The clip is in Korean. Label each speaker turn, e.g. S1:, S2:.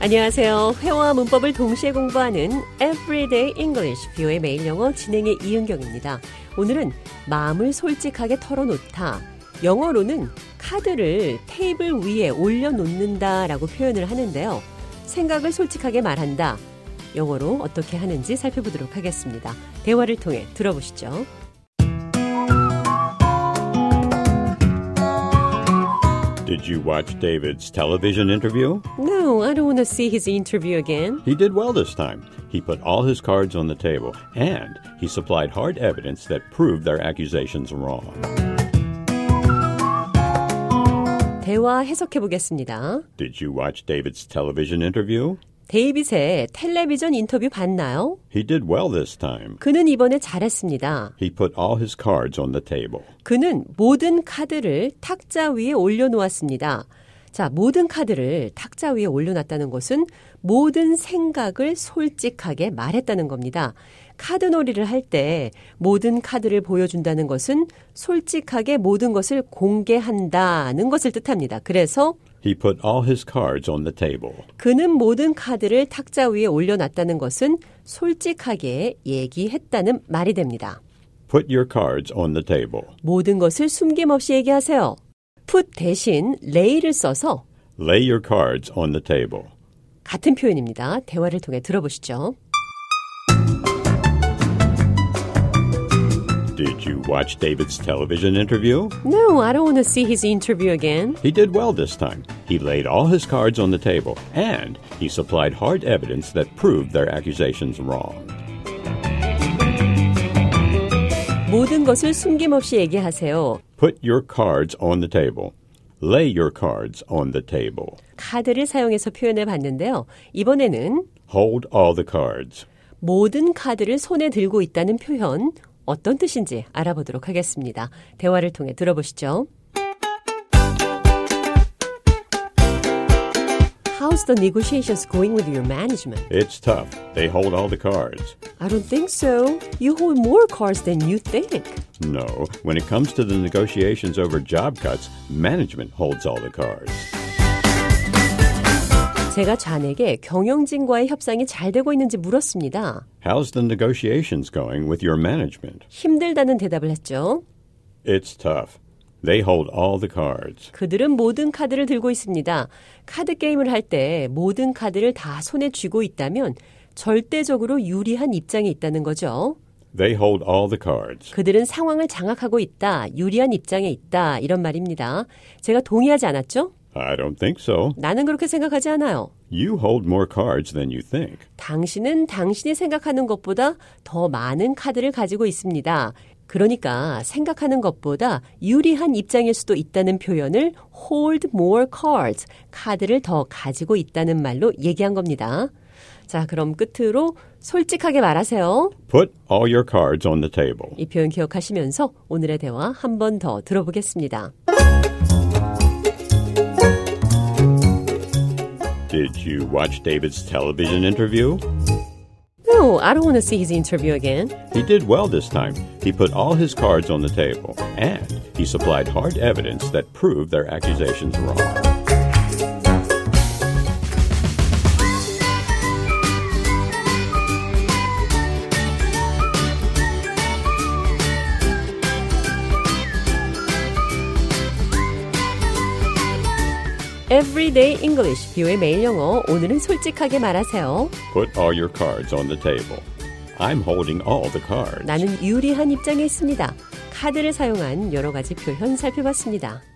S1: 안녕하세요. 회화와 문법을 동시에 공부하는 Everyday English 뷰의 매일 영어 진행의 이은경입니다. 오늘은 마음을 솔직하게 털어놓다. 영어로는 카드를 테이블 위에 올려놓는다라고 표현을 하는데요. 생각을 솔직하게 말한다. 영어로 어떻게 하는지 살펴보도록 하겠습니다. 대화를 통해 들어보시죠.
S2: Did you watch David's television interview?
S1: No, I don't want to see his interview again.
S2: He did well this time. He put all his cards on the table and he supplied hard evidence that proved their accusations wrong.
S1: 대화 해석해 보겠습니다.
S2: Did you watch David's television interview?
S1: 데이빗의 텔레비전 인터뷰 봤나요?
S2: He did well this time.
S1: 그는 이번에 잘했습니다.
S2: He put all his cards on the table.
S1: 그는 모든 카드를 탁자 위에 올려놓았습니다. 자, 모든 카드를 탁자 위에 올려놨다는 것은 모든 생각을 솔직하게 말했다는 겁니다. 카드놀이를 할 때 모든 카드를 보여준다는 것은 솔직하게 모든 것을 공개한다는 것을 뜻합니다. 그래서
S2: He put all his cards on the table.
S1: 그는 모든 카드를 탁자 위에 올려놨다는 것은 솔직하게 얘기했다는 말이 됩니다.
S2: Put your cards on the table.
S1: 모든 것을 숨김없이 얘기하세요. put 대신 lay를 써서
S2: Lay your cards on the table.
S1: 같은 표현입니다. 대화를 통해 들어보시죠.
S2: Did you watch David's television interview?
S1: No, I don't want to see his interview again.
S2: He did well this time. He laid all his cards on the table and he supplied hard evidence that proved their accusations wrong.
S1: 모든 것을 숨김없이 얘기하세요.
S2: Put your cards on the table. Lay your cards on the table.
S1: 카드를 사용해서 표현해 봤는데요. 이번에는
S2: Hold all the cards.
S1: 모든 카드를 손에 들고 있다는 표현 어떤 뜻인지 알아보도록 하겠습니다. 대화를 통해 들어보시죠. How's the negotiations going with your management?
S2: It's tough. They hold all the cards.
S1: I don't think so. You hold more cards than you think.
S2: No, when it comes to the negotiations over job cuts, management holds all the cards.
S1: 제가 잔에게 경영진과의 협상이 잘 되고 있는지 물었습니다.
S2: How's the negotiations going with your management?
S1: 힘들다는 대답을 했죠.
S2: It's tough. They hold all the cards.
S1: 그들은 모든 카드를 들고 있습니다. 카드 게임을 할 때 모든 카드를 다 손에 쥐고 있다면 절대적으로 유리한 입장에 있다는 거죠.
S2: They hold all the cards.
S1: 그들은 상황을 장악하고 있다, 유리한 입장에 있다, 이런 말입니다. 제가 동의하지 않았죠?
S2: I don't think so.
S1: 나는 그렇게 생각하지 않아요.
S2: You hold more cards than you think.
S1: 당신은 당신이 생각하는 것보다 더 많은 카드를 가지고 있습니다. 그러니까 생각하는 것보다 유리한 입장일 수도 있다는 표현을 hold more cards, 카드를 더 가지고 있다는 말로 얘기한 겁니다. 자, 그럼 끝으로 솔직하게 말하세요.
S2: Put all your cards on the table.
S1: 이 표현 기억하시면서 오늘의 대화 한 번 더 들어보겠습니다.
S2: Did you watch David's television interview?
S1: No, I don't want to see his interview again.
S2: He did well this time. He put all his cards on the table, and he supplied hard evidence that proved their accusations wrong.
S1: Everyday English, 비오의 매일 영어. 오늘은 솔직하게 말하세요.
S2: Put all your cards on the table. I'm holding all the cards.
S1: 나는 유리한 입장에 있습니다. 카드를 사용한 여러 가지 표현 살펴봤습니다.